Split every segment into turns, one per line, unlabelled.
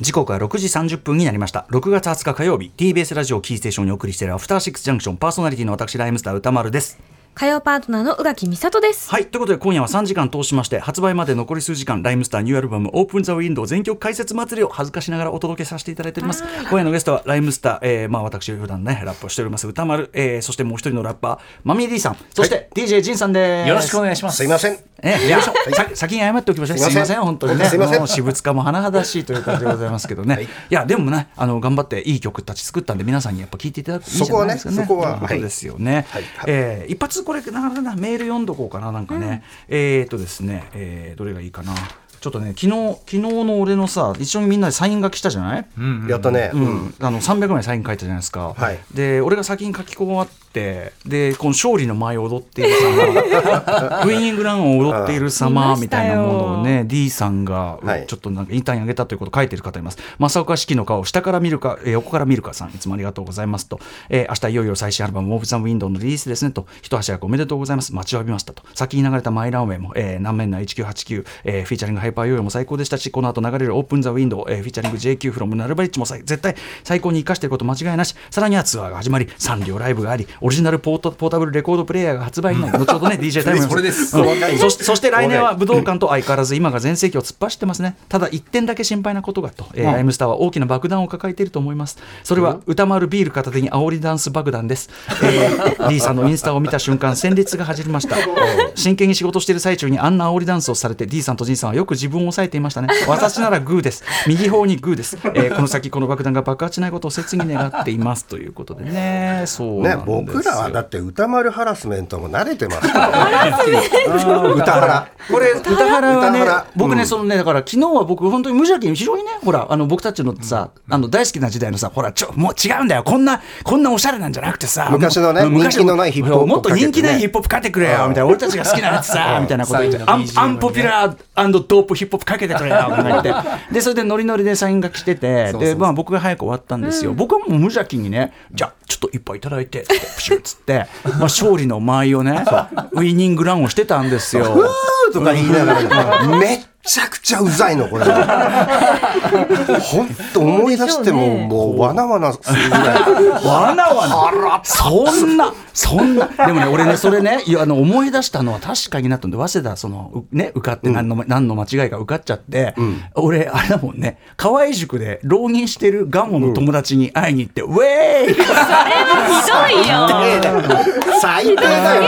時刻は6時30分になりました6月20日火曜日 TBS ラジオキーステーションにお送りしているアフターシックスジャンクションパーソナリティの私ライムスター歌丸です
火曜パートナーの宇垣美里です。
はいということで今夜は3時間通しまして発売まで残り数時間ライムスターニューアルバム「オープン・ザ・ウィンドウ」全曲解説祭りを恥ずかしながらお届けさせていただいております今夜のゲストはライムスター、えーまあ、私普段ねラップをしております歌丸、えーそしてもう一人のラッパーマミー D さんそして DJ ジンさんです
よろしくお願いしますす。
いません。
ね、よいしょさ先に謝っておきましょう。す
す
み
い
ま
ま
せ
せん
ん、本当にね。
すいません
もう私物化も甚だしいという感じでございますけどね。い、や、でもね、あの頑張っていい曲たち作ったんで、皆さんにやっぱ聞いていただくといいんじゃないですかね。
そこはねそこは
ということですよね。
はいはい
えー一発これ、なるな、メール読んどこうかな、なんかね。えっとですね、えーどれがいいかな。ちょっとね、昨日、昨日の俺のさ、一緒にみんなでサイン書きしたじゃない。
やったね。
うん、あの300枚サイン書いたじゃないですか、
はい
で俺が先に書き終わってでこの勝利の舞を踊っている 様ウイニングランを踊っている様
見ま
み
した
い
よ
なものをね D さんが
はい
ちょっとなんかインターンにあげたということを書いてる方います正岡式の顔を下から見るかえー横から見るかさんいつもありがとうございますと、えー明日いよいよ最新アルバム「オーブ・ザ・ウィンドウ」のリリースですねと一足早くおめでとうございます待ちわびましたと先に流れた「マイ・ランウェイも」えー南面な1989、えーフィーチャリングハイパーヨーヨーも最高でしたしこの後流れる「オープン・ザ・ウィンドウ」えーフィーチャリング JQ フロムナルバリッチもさい絶対最高に生かしていること間違いなしさらにはツアーが始まり3両ライブがありオリジナルポートポータブルレコードプレイヤーが発売にな り後ほどね DJ タイム
それです
うんそしそして来年は武道館と相変わらず今が全盛期を突っ走ってますねただ一点だけ心配なことがと、えーライムスターは大きな爆弾を抱えていると思いますそれは歌丸ビール片手に煽りダンス爆弾です、え ー、D さんのインスタを見た瞬間戦列が走りました真剣に仕事している最中にあんな煽りダンスをされて D さんと G さんはよく自分を抑えていましたね私ならグーです右方にグーです、えーこの先この爆弾が爆発しないことを切に願っていますということでねそう
ね
な、んですよ
僕らはだって歌丸ハラスメントも慣れてますから。歌原。
これ歌原はね
歌原
僕ね、
うん
そのねだから昨日は僕本当に無邪気に非常にねほらあの僕たちのさ、あの大好きな時代のさほらちょもう違うんだよこんなこんなおしゃれなんじゃなくてさ
昔のね
もう昔
人気のないヒップホップ
もっと人気ない
かけてね
ヒップホップかけてくれよみたいな俺たちが好きなやつさみたいなこと言って
サインの
アン
BGM
アンポピュラードープヒップホップかけてくれよみたいな言ってでそれでノリノリでサインが来てて
そうそう
で
そう
まあ僕が早く終わったんですよ、僕はもう無邪気にねじゃあちょっと一杯いただいてってプシュッつって、まあ、勝利の舞をねウィニングランをしてたんですよ。
うーとか言いながら、めっちゃくちゃうざいの、これ。本当思い出しても、もうわなわなするぐらい。
わなわな。そんな、そんな。でもね、俺ね、それね、いやあの思い出したのは確かになったんで、早稲田、その、うね、受かって何の、何の間違いか受かっちゃって、俺、あれだもんね、河合塾で浪人してるガモの友達に会いに行って、ウェーイ
ひどいよ。
最低だよ。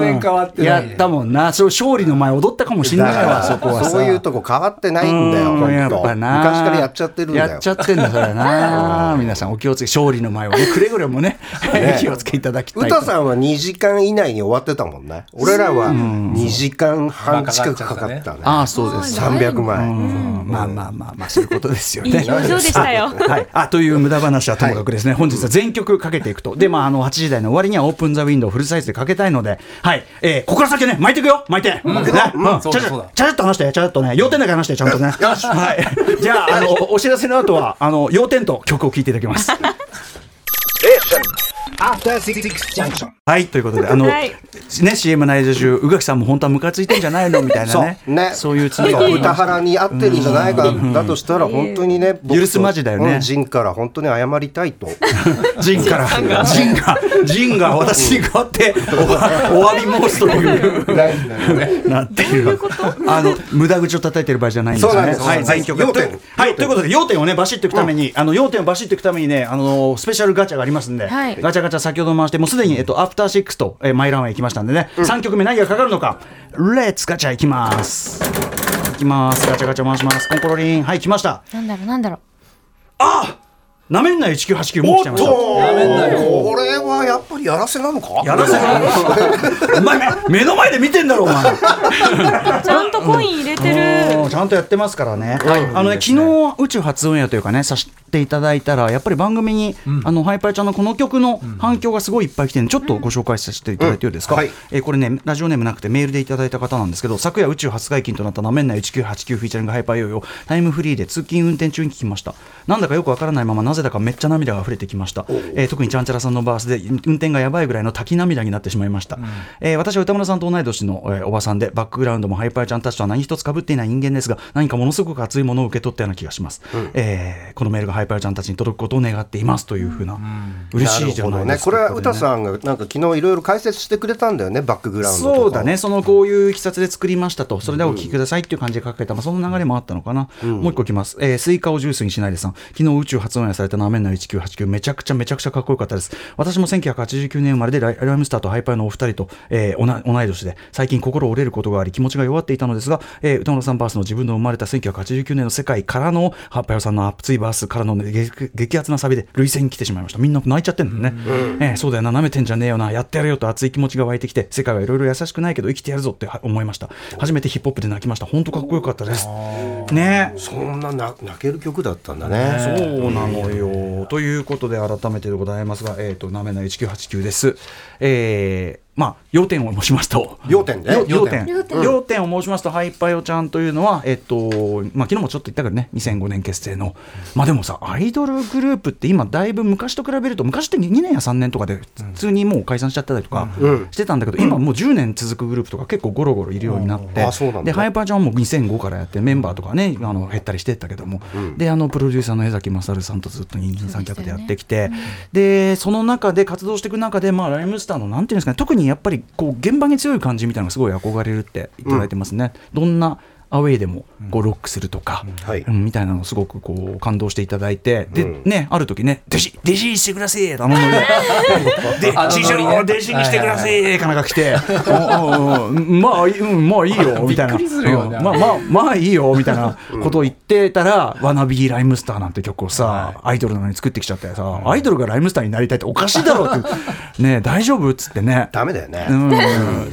全然変わってな
や
い。
ったもんな。そう勝利の前踊ったかもしん
だ
ない
か
わ、
ら
そこはさ。
そういうとこ変わってないんだよ、
う
本
んやっ
当
ぱ
昔
な
からやっちゃってるんだ
やっ
よ
ち。ゃってんだそれな皆さんお気をつけ勝利の前はねくれぐれもね 気をつけいただきたいと
歌さんは2時間以内に終わってたもんね。俺らは2時間半近くかかったね。
ああそうです
300枚。
うんまあまあまあまあそういうことですよね。
いい表情でしたよ
はい、あという無駄話はともかくですね、本日は全曲かけていくと、で、まあ、あの8時台の終わりにはオープン・ザ・ウィンドウをフルサイズでかけたいので、はいえーここから先はね、巻いていくよ、巻いて、ねうんち
そ
ゃ
う
ち
だ
ゃち
そうだ
ゃちゃっと話して、ちゃちゃっとね、要点だけ話して、ちゃんとね。はい、じゃああの、おお知らせの後はあの要点と曲を聴いていただきます。はいということで、あの、
はい
ね、CM 内容中、宇垣さんも本当はムカついてんじゃないのみたいなね、
そうね
そういうつもり がありま
歌
した
原に合ってるんじゃないかだとしたら本当にね僕と
許すまじだよね
うん陣から本当に謝りた いと
ジンから、ジンが、ジンが私に代わっておわお詫び申すという。なっていうあの無駄口を叩いてる場合じゃないんです
そ
よ
うなん
ね。
です
は
そうなん
い、
で
全
す
曲。
要点
というはい、ということで、要点をね、バシッといくために、あの要点をバシッといくためにね、あのスペシャルガチャがありますんで。
はい
ガチャガチャ、先ほど回して、もうすでに、えっと、アフターシックスと、えーマイランへ行きましたんでね。三曲目、何がかかるのか。レッツガチャ行きます。行きます。ガチャガチャ回します。コンコロリン、はい、来ました。
なんだろうなんだろう。
なめんな1989もう来ちゃいました。
これはやっぱりやらせなのか
やらせろ お前目の前で見てんだろお前
ちゃんとコイン入れてる。
ちゃんとやってますからね、あのね昨日宇宙初オンエアというかねさしっていただいたらやっぱり番組に、あのハイパイちゃんのこの曲の反響がすごいいっぱい来てるんでちょっとご紹介させていただいてよいですか、
うんはい
えーこれねラジオネームなくてメールでいただいた方なんですけど昨夜宇宙初解禁となった「なめんな1989フィーチャリングハイパーヨーヨー」タイムフリーで通勤運転中に聞きましたなんだかよくわからないままなぜだかめっちゃ涙が溢れてきました、えー特にちゃんちゃらさんのバースで運運転がやばいぐらいの滝涙になってしまいました、えー私は歌村さんと同い年の、えーおばさんでバックグラウンドもハイパーちゃんたちとは何一つかぶっていない人間ですが何かものすごく熱いものを受け取ったような気がします、えーこのメールがハイパーちゃんたちに届くことを願っていますというふうな、嬉しいじゃないですか
なるほどねこれは
こ
歌さんがなんか昨日いろいろ解説してくれたんだよねバックグラウンドとかを
そうだね、そのこういういきさつで作りましたと、それではお聞きくださいっていう感じで書けた、まあ、その流れもあったのかな、もう一個いきます、えースイカをジュースにしないでさん、昨日宇宙発音されたなめんな1989、めちゃくちゃめちゃくちゃかっこよかったです、私も1989年生まれでライ、ライムスターとハイパーのお二人と、えーおな同い年で、最近心折れることがあり、気持ちが弱っていたのですが、えー歌村さんバースの自分の生まれた1989年の世界からの、ハッパヨさんの熱いバースからの、ね、激激アツなサビで、涙腺に来てしまいました、みんな泣いちゃってるんだね、えーそうだよな、舐めてんじゃねえよな、やってやるよと熱い気持ちが湧いてきて、世界はいろいろ優しくないけど、生きてやるぞって思いました、初めてヒップホップで泣きました、本当かっこよかったです。ねえ
そんなな泣ける曲だったんだね
そうなのよ。ということで改めてでございますが、えっ、となめない1989です。えーまあ、要点を申しますと
要点ね
よ要点
要点
要点を申しますと、ハイパヨちゃんというのは、えっとまあ昨日もちょっと言ったけどね、2005年結成の、まあでもさ、アイドルグループって今、だいぶ昔と比べると、昔って2年や3年とかで、普通にもう解散しちゃったりとか
うん
してたんだけど、今もう10年続くグループとか、結構ゴロゴロいるようになって、
あそうなん
で
だ
ハイパーちゃんはもう2005からやって、メンバーとかね、あの減ったりしてったけども、であのプロデューサーの江崎勝さんとずっと二人三脚でやってきて、でその中で活動していく中で、まあ、ライムスターのなんていうんですかね、特にやっぱりこう現場に強い感じみたいなのがすごい憧れるっていただいてますね。どんなアウェイでもこうロックするとか、
はい
うんみたいなのをすごくこう感動していただいて、で、ね、ある時ね、弟子、弟子してくださいあのノリ で、で
あのノリね
師匠、弟子にしてくださいかなんか来て、おうおうおうまあ、うんまあいい よ、みたいな。
びっくりするよね
うんまあまあ、まあいいよ、みたいなことを言ってたら、ワナビーライムスターなんて曲をさ、アイドルなのに作ってきちゃってさ、アイドルがライムスターになりたいっておかしいだろうって、ね、大丈夫っつってね。
ダメだよね、
うん、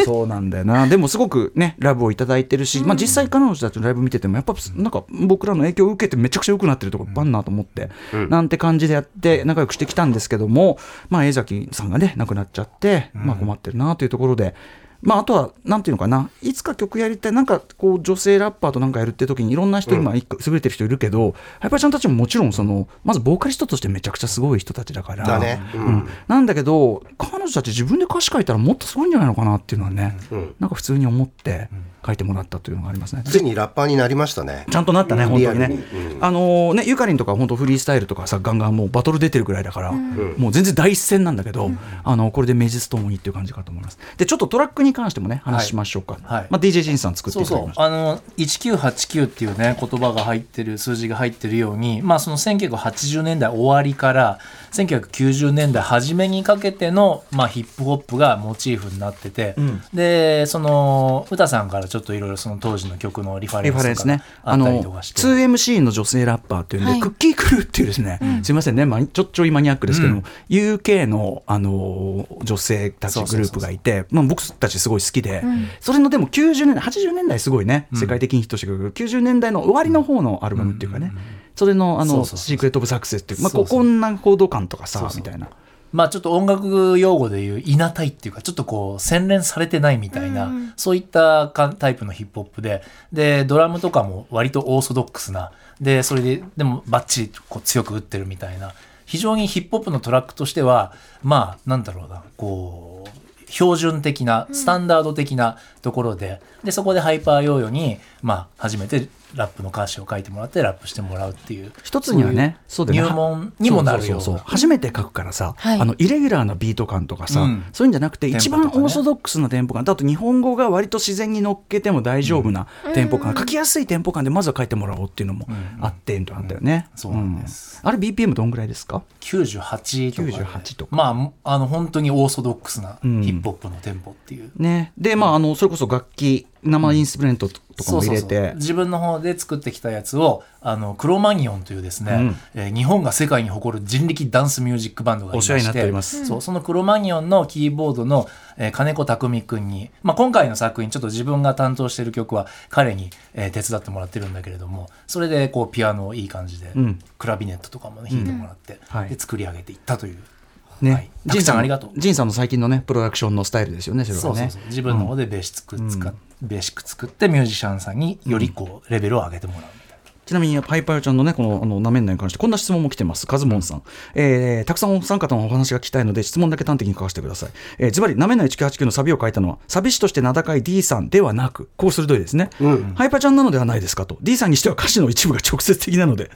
そうなんだよな。でもすごくね、ラブをいただいてるし、まあ実際彼女たちのライブ見てても、やっぱなんか僕らの影響を受けてめちゃくちゃ良くなってるところいっぱいあるなと思って、なんて感じでやって仲良くしてきたんですけども、まあ江崎さんがね、亡くなっちゃって、まあ困ってるなというところで、まあ、あとは、なんていうのかな、いつか曲やりたい、なんかこう、女性ラッパーとなんかやるって時に、いろんな人、今、いく優れてる人いるけど、ハイパーちゃんたちももちろん、その、まずボーカリストとしてめちゃくちゃすごい人たちだから、
だね
う
うんん
なんだけど、彼女たち自分で歌詞書いたらもっとすごいんじゃないのかなっていうのはね、
うん
なんか普通に思って書いてもらったというのがありますね。
ついにラッパーになりましたね
ちゃんとなったね、本当にね。
リアルにうん
あのね、ゆかりんとか本当フリースタイルとかさ、ガンガンもうバトル出てるぐらいだから、もう全然第一線なんだけど、あの、これで名実ともにっていう感じかと思います。で、ちょっとトラックに関してもね、話しましょうか。
はい
まあ、DJ ジンさん作ってい
そ
うただ
そ
き
う
ました。
あの1989っていうね言葉が入ってる数字が入ってるように、まあ、その1980年代終わりから1990年代初めにかけての、まあ、ヒップホップがモチーフになってて、でその歌さんからちょっといろいろその当時の曲のリファレ
レ
ン
ファレン
ス
ス
と
ね
か、あ
あ
ったり
の
とかして。
2MC の女性ラッパーっていうんで、
はい
クッキークルーっていうですね、すみませんね、ま、ちょっちょいマニアックですけども、UK の、あのー女性たちグループがいて、まあ、僕たちすごい好きで、それのでも90年代、80年代すごいね、世界的にヒットしてくる、90年代の終わりの方のアルバムっていうかね、それのあ
そう
の
そうそう
シークレット・オブ・サクセスっていう、まあ、
そう
こ
そう
こんな報道感とかさ、みたいな。
まあちょっと音楽用語でいう、いなたいっていうか、ちょっとこう、洗練されてないみたいな、そういったかタイプのヒップホップで、で、ドラムとかも割とオーソドックスな、で、それで、でもバッチリこう強く打ってるみたいな、非常にヒップホップのトラックとしては、まあ、なんだろうな、こう、標準的な、スタンダード的なところで、で、そこでハイパーヨーヨーに、まあ、初めてラップの歌詞を書いてもらって、ラップしてもらうっていう。
一つにはね、そ
そ
うう
い
だ
う
よね
入門にもなるよう
そうそ
な。
うそう初めて書くからさ、
はい
あのイレギュラーなビート感とかさ、
うん
そういうんじゃなくて、
テンポ
一
とか
番
ね
オーソドックスなテンポ感とあと日本語が割と自然に乗っけても大丈夫なテンポ感、書きやすいテンポ感でまずは書いてもらおうっていうのもあってんとあったよね、
うんそうなんです
うんあれ BPM どんぐらいですか
98とかで、
98とか
まああの本当にオーソドックスなヒップホップのテンポっていう、
ね、でまああのそれれこそ楽器生インスプレントとかも入れ
そうそう
て
そう自分の方で作ってきたやつをあのクロマニオンというですね、
うん
えー日本が世界に誇る人力ダンスミュージックバンドがいまして
お世話になっております
そうそのクロマニオンのキーボードの、えー金子匠君に、まあ、今回の作品ちょっと自分が担当している曲は彼に、えー手伝ってもらってるんだけれどもそれでこうピアノをいい感じで、
ん
クラビネットとかもね弾いてもらって、
はい
で作り上げていったという。は
ね
い、たくさんありがとう
仁さんの最近のねプロダクションのスタイルですよねそれ
そう
は
そう
ね
そう自分の方でベーシック使っベーシック作ってミュージシャンさんによりこうレベルを上げてもらうみたいな。
ちなみに、パイパイちゃんのね、この、あの、なめんなに関して、こんな質問も来てます。カズモンさん。えー、たくさんお三方のお話が聞きたいので、質問だけ端的に書かせてください。えー、ズバリ、なめんな1989のサビを書いたのは、サビ師として名高い D さんではなく、こう鋭いですね。
ん
ハイパイちゃんなのではないですかと。D さんにしては歌詞の一部が直接的なので、こ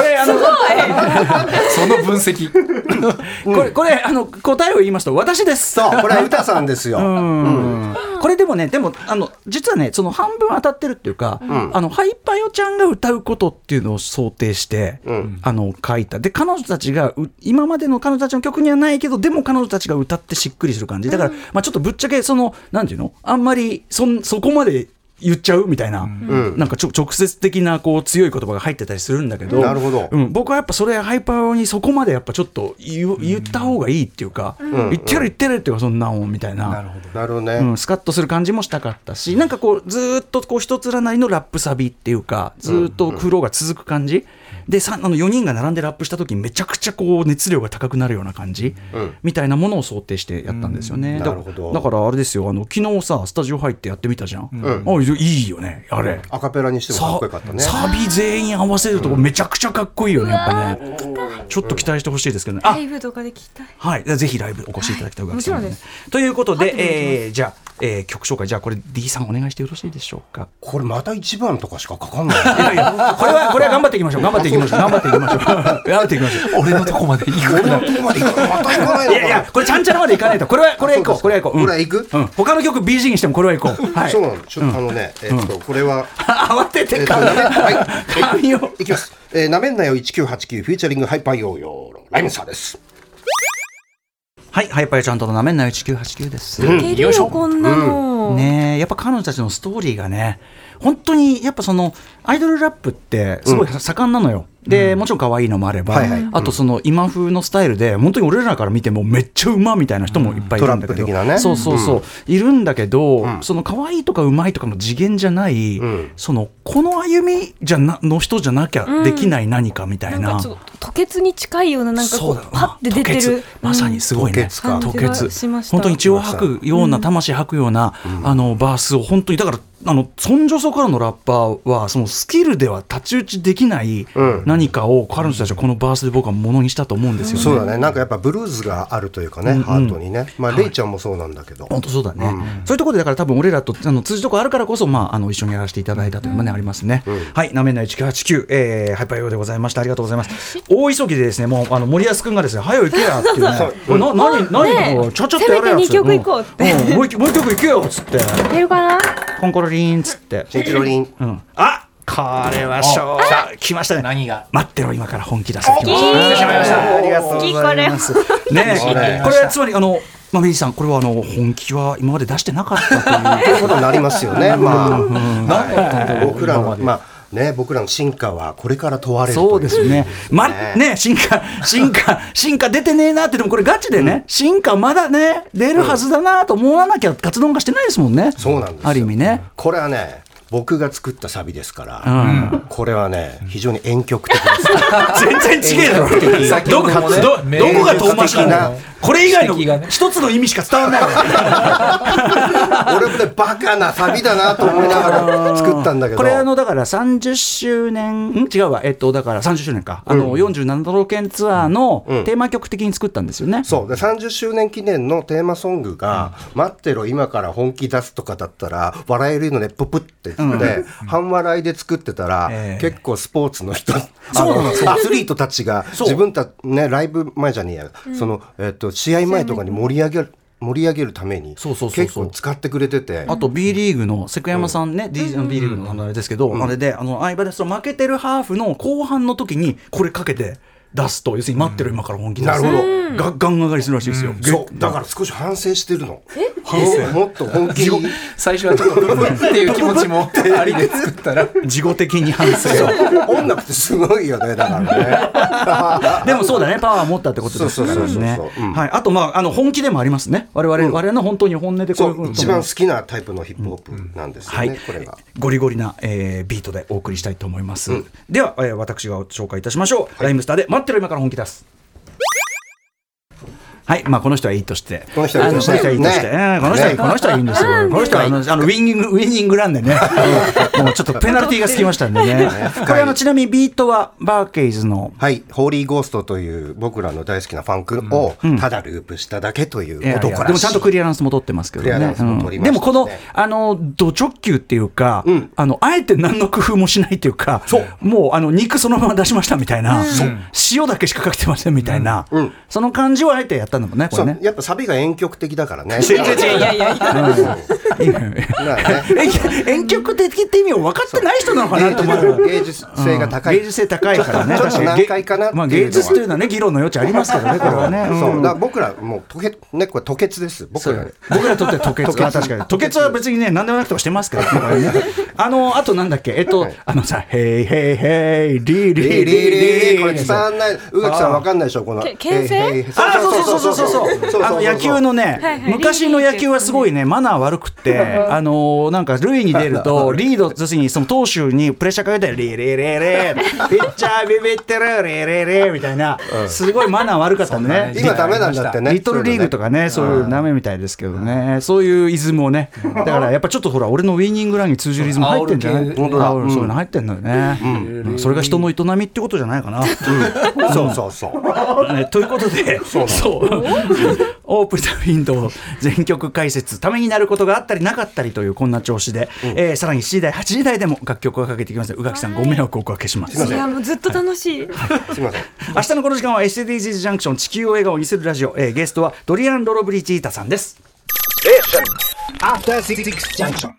れ、あの、
その分析。
これ、これ、あの、答えを言いますと、私です。
そう、これは歌さんですよ。
これでもね、でも、あの、実はね、その半分当たってるっていうか、あの、ハイパヨちゃんが歌うことっていうのを想定して、あの、書いた。で、彼女たちがう、今までの彼女たちの曲にはないけど、でも彼女たちが歌ってしっくりする感じ。だから、まあちょっとぶっちゃけ、その、なんていうのあんまり、そん、そこまで、言っちゃうみたいな、
うん
なんかちょ直接的なこう強い言葉が入ってたりするんだけど、
なるほど
うん、僕はやっぱそれハイパーにそこまでやっぱちょっと言う言った方がいいっていうか、言ってやる言ってやるっていうかそんなもんみたいな
なるほど。
なるほど
う
ね。
ん、スカッとする感じもしたかったし、なんかこう、ずーっとこう一つらなりのラップサビっていうか、ずーっと苦労が続く感じ、でさあの4人が並んでラップした時に、めちゃくちゃこう熱量が高くなるような感じ、
うん
みたいなものを想定してやったんですよね。
うん
だ
なるほど
だからあれですよ、あの昨日さ、スタジオ入ってやってみたじゃん。
ん
あいいよね、あれ。
アカペラにしてもか
さ
っこよかったね。
サビ全員合わせるとこめちゃくちゃかっこいいよね、やっぱね。ちょっと期待してほしいですけどね。あ
ライブとかで聞きたい。
はい、ぜひライブお越しいただきたい。
はいもちろんです
ということ
後でお願いします
で、えーじゃあ、えー曲紹介、じゃあこれ D さんお願いしてよろしいでしょうか。
これまた一番とかしかかかんない。
い やいや、これは、これは頑張っていきましょう。頑張っていきましょう。頑張っていきましょう。頑張っていきましょう。
俺のとこまで行く
俺のとこまで行くまた行かないの
いや
かない
や、これちゃんちゃらまでいかないと。これは、これは行こう。これは行こう。うん
これは行く
うん。他の曲 BG にしてもこれは行こう。はい
そう。なの。ちょっとあのね、えっと、これは、
慌て
え
て
っと
か
ね、
ら。
はい。
髪を。
いきます。えー、なめんなよ1989フィーチャリングハイパーヨーヨーのライムサーです。
はい、ハイパイちゃんとのなめんなよ1989です。
けるよ、こんなの。
ねえやっぱ彼女たちのストーリーがね本当にやっぱそのアイドルラップってすごい盛んなのよ、でもちろん可愛いのもあれば、
はいはい
あとその今風のスタイルで本当に俺らから見てもめっちゃうまみたいな人もいっぱいいるんだけど、
トラップ的なね
そうそうそう、いるんだけど、その可愛いとかうまいとかの次元じゃない、
ん
そのこの歩みじゃなの人じゃなきゃできない何かみた
ないん
な、
かちょっと吐血に近いようななんかこ
そう
う
だよ
パッて出て
吐
る
血。まさにすごいね
吐血か
吐
感じ
血
がしました
本当に血を吐くような魂吐くような、あのバースを本当にだからあの尊女ソからのラッパーはそのスキルでは太刀打ちできない
うん
何かを彼女たちはこのバースで僕はものにしたと思うんですよね。
そうだね。なんかやっぱブルーズがあるというかね、ハートにね。まあ、レイちゃんもそうなんだけど。
本当そうだね、そういうところでだから多分俺らとあの通じるとこあるからこそ、まあ、あの一緒にやらせていただいたというのもね、ありますね、はいなめんな1989、えー、ハイパー用でございましたありがとうございます大急ぎでですねもうあの森保君がですね「はよ 行けや」っていうね「これな何何これちゃちゃっとやれや」
せめて二曲
うん
行こうって
うんもう一もう一曲行けよっつって
いけるかな
「コンコロリン」っつって、
チンチロリン。
うん、あこれはしょうさあ来ましたね
何が
待ってろ今から本気出せ来ました
来てしまいました
ありがとうございます。
好きこ
ねえ
これ
これはつまりあのまあ、ミリーさんこれはあの本気は今まで出してなかったという
ということになりますよね。まあ、はい僕ら
今
の、
まで
まあ、ね、僕らの進化はこれから問われるとい
そうです。ね。ま、
ね
ね、進化、進化、進化出てねえなって、でもこれガチでね、進化まだね、出るはずだなと思わなきゃ、活動化してないですもんね。
そうなんですよ
ある意味ね。
これはね、僕が作ったサビですか
う
ら、
ん。
これはね、非常に遠曲的です。
全然違えだろ。
先
ど
ほ
こ
どもね
どどこが遠回しな
名
の
曲
これ以外
指摘が
の
ね
一つの意味しか伝わらないわ。
俺もね、バカなサビだなと思いながら作ったんだけど。
これあの、だから30周年、ん違うわ。えっと、だから30周年か。あの、47都道県ツアーの
うん
テーマ曲的に作ったんですよね。
そうで30周年記念のテーマソングが「待ってろ今から本気出す」とかだったら笑えるのでププって言って、半笑いで作ってたら、
ええ
結構スポーツの人
そうなの
あのアスリートたちが
そう
自分たねライブ前じゃねえや、その、えっと試合前とかに盛り上げる盛り上げるために
そうそうそう
結
そう
構使ってくれてて
あと B リーグの関山さんね、D- B リーグのあれですけど、あれであの相場でその負けてるハーフの後半の時にこれかけて。出すと要するに待ってる今から本気出すと
なるほど
ガンガン上がりするらしいですよ。
そうだから少し反省してるのもっと本気に
最初はちょっとブルブルっていう気持ちもありで作ったら
事後的に反省を
音楽ってすごいよねだからね
でもそうだね、パワーを持ったってことですよね。
そうそうそうそう
ね
うん
はい、あと、まあ、あの本気でもありますね。我々、我々の本当に本音でこ
そう
いうこ
う
と
一番好きなタイプのヒップホップなんですよ
は
ね、
い
これが。
ゴリゴリな、えービートでお送りしたいと思います。では、えー私が紹介いたしましょう。ライムスターで待ってろ今から本気出す。はい、まあこの人はいいとして、
この人はいいとして
あのこの人はいいとして、
ね
うんこの人はいいこの人は
ね
いいんですよ。この人はあのあのウィニングウィニングランでね、もうちょっとペナルティーがつきましたんで ね。これあのちなみにビートはバーケイズの
はい、ホーリーゴーストという僕らの大好きなファンクをただループしただけという
いやいや
男らしい
でもちゃんとクリアランスも取ってますけどね。
クリアランスも取り
うんで
ましたね
もこの、あの、ド直球っていうか、
うん
あの、あえて何の工夫もしないっていうか、もう、あの、肉そのまま出しましたみたいな、塩だけしかかけてませんみたいな、
うんうん
その感じをあえてやったのもね、こ
そ
れ
う
ね。
やっぱサビが遠曲的だからね。
いやいやいや。
いや いや
まあね
遠遠曲的って意味を分かってない人なのかなと思う。
芸術性が 高い。
芸術性高いからね、
ちょっ
確
と
かに
難解かなっていうの
まあ、
は
芸術というのはね、議論の余地ありますけどね、これはね。うん
そうだから僕らもうとけねこれ吐血です。僕らね
僕らにとっては吐血は確かに吐血は別にね何でもなくてもしてます けどねこれねあのあとなんだっけえっと
はい
あのさ「ヘイヘイヘイリーリ
リー
ーリー
リーリ
リ
ー
ー」
これ伝わんない。宇垣さんわかんないでしょこの。
け牽制
えいへいへい
あーそうそうそうそうそうそうあの野球のね、
はいはい
昔の野球はすごいねマナー悪くってあのーなんか塁に出るとリード要するにその投手にプレッシャーかけたらリーリーリーリーピッチャービビってるリーリーリーみたいなすごいマナー悪かったんでね
今ダメなんだってね。
リトルリーグとかね、そういうダメみたいですけどね、そういうイズムをね、だからやっぱちょっとほら、俺のウィニングランに通じるイズム入ってんじゃない
煽る系
本当だ煽るそういうの入ってんのよね。うんそれが人の営みってことじゃないかな。
そういうの。そうそうそう。
ねということで、そうオープンなウィンドウ全曲解説、ためになることがあったりなかったりというこんな調子で、えーさらに7時台、8時台でも楽曲をかけていきますので宇垣さん、ご迷惑をおかけします
い。やもうずっと楽しい。
すみません。
明日のこの時間は SDGs ジャンクション地球を笑顔にするラジオ、えーゲストはドリアン・ロロブリチータさんです。
After Six Junction.